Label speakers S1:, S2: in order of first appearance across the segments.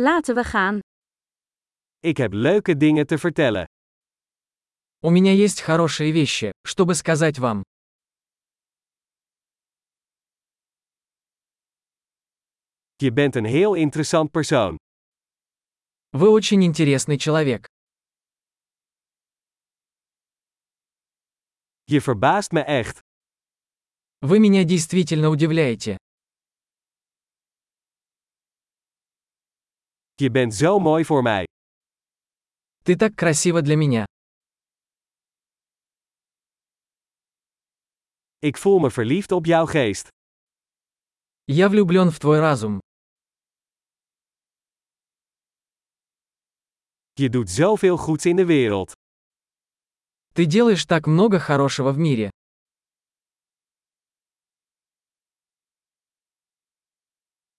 S1: Laten we gaan.
S2: Ik heb leuke dingen te vertellen.
S3: У меня есть хорошие вещи, чтобы сказать вам.
S2: Je bent een heel interessant persoon.
S3: Вы очень интересный человек.
S2: Je verbaast me echt.
S3: Вы меня действительно удивляете.
S2: Je bent zo mooi voor mij.
S3: Ты так красива для меня.
S2: Ik voel me verliefd op jouw geest.
S3: Я влюблен в твой разум.
S2: Je doet zoveel goeds in de wereld.
S3: Ты делаешь так много хорошего в мире.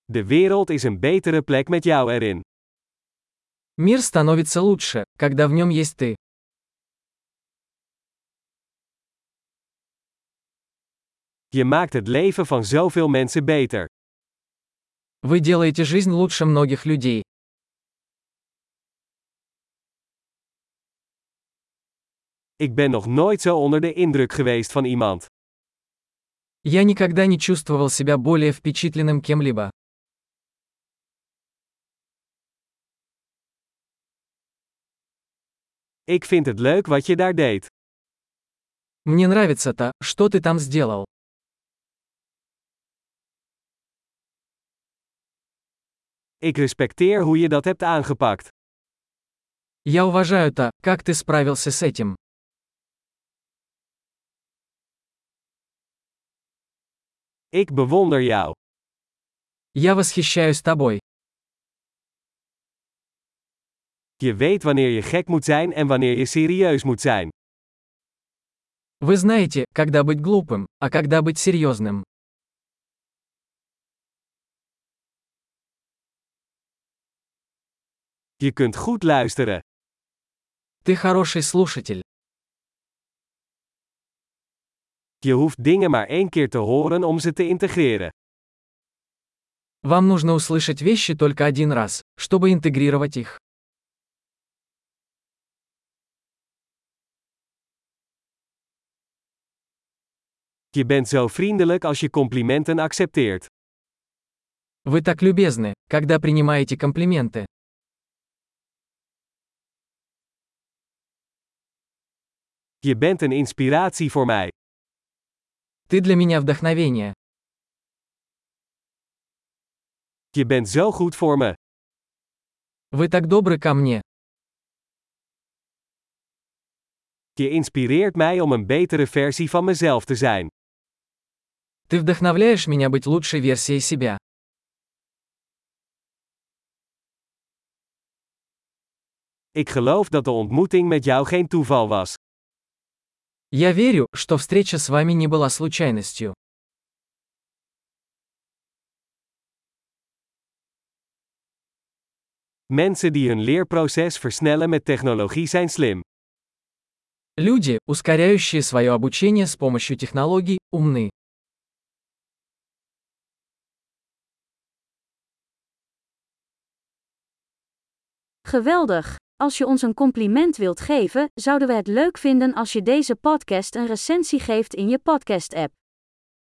S2: De wereld is een betere plek met jou erin.
S3: Мир становится лучше, когда в нем есть ты.
S2: Je maakt het leven van zoveel mensen beter.
S3: Вы делаете жизнь лучше многих людей.
S2: Ik ben nog nooit zo onder de indruk geweest van iemand.
S3: Я никогда не чувствовал себя более впечатленным кем-либо.
S2: Ik vind het leuk wat je daar deed.
S3: Мне нравится то, что ты там сделал.
S2: Ik respecteer hoe je dat hebt aangepakt.
S3: Я уважаю то, как ты справился с этим.
S2: Ik bewonder jou.
S3: Я восхищаюсь тобой.
S2: Je weet wanneer je gek moet zijn en wanneer je serieus moet zijn.
S3: Вы знаете, когда быть глупым, а когда быть серьезным.
S2: Je kunt goed luisteren.
S3: Ты хороший слушатель.
S2: Je hoeft dingen maar één keer te horen om ze te integreren.
S3: Вам нужно услышать вещи только один раз, чтобы интегрировать их.
S2: Je bent zo vriendelijk als je complimenten accepteert.
S3: Вы так любезны, когда принимаете комплименты.
S2: Je bent een inspiratie voor mij.
S3: Ты для меня вдохновение.
S2: Je bent zo goed voor me.
S3: Вы так добры ко мне.
S2: Je inspireert mij om een betere versie van mezelf te zijn.
S3: Ты вдохновляешь меня быть лучшей версией себя.
S2: Ik geloof dat de ontmoeting met jou geen toeval was.
S3: Я верю, что встреча с вами не была случайностью.
S2: Mensen die hun leerproces versnellen met technologie zijn slim.
S3: Люди, ускоряющие свое обучение с помощью технологий, умны.
S1: Geweldig! Als je ons een compliment wilt geven, zouden we het leuk vinden als je deze podcast een recensie geeft in je podcast-app.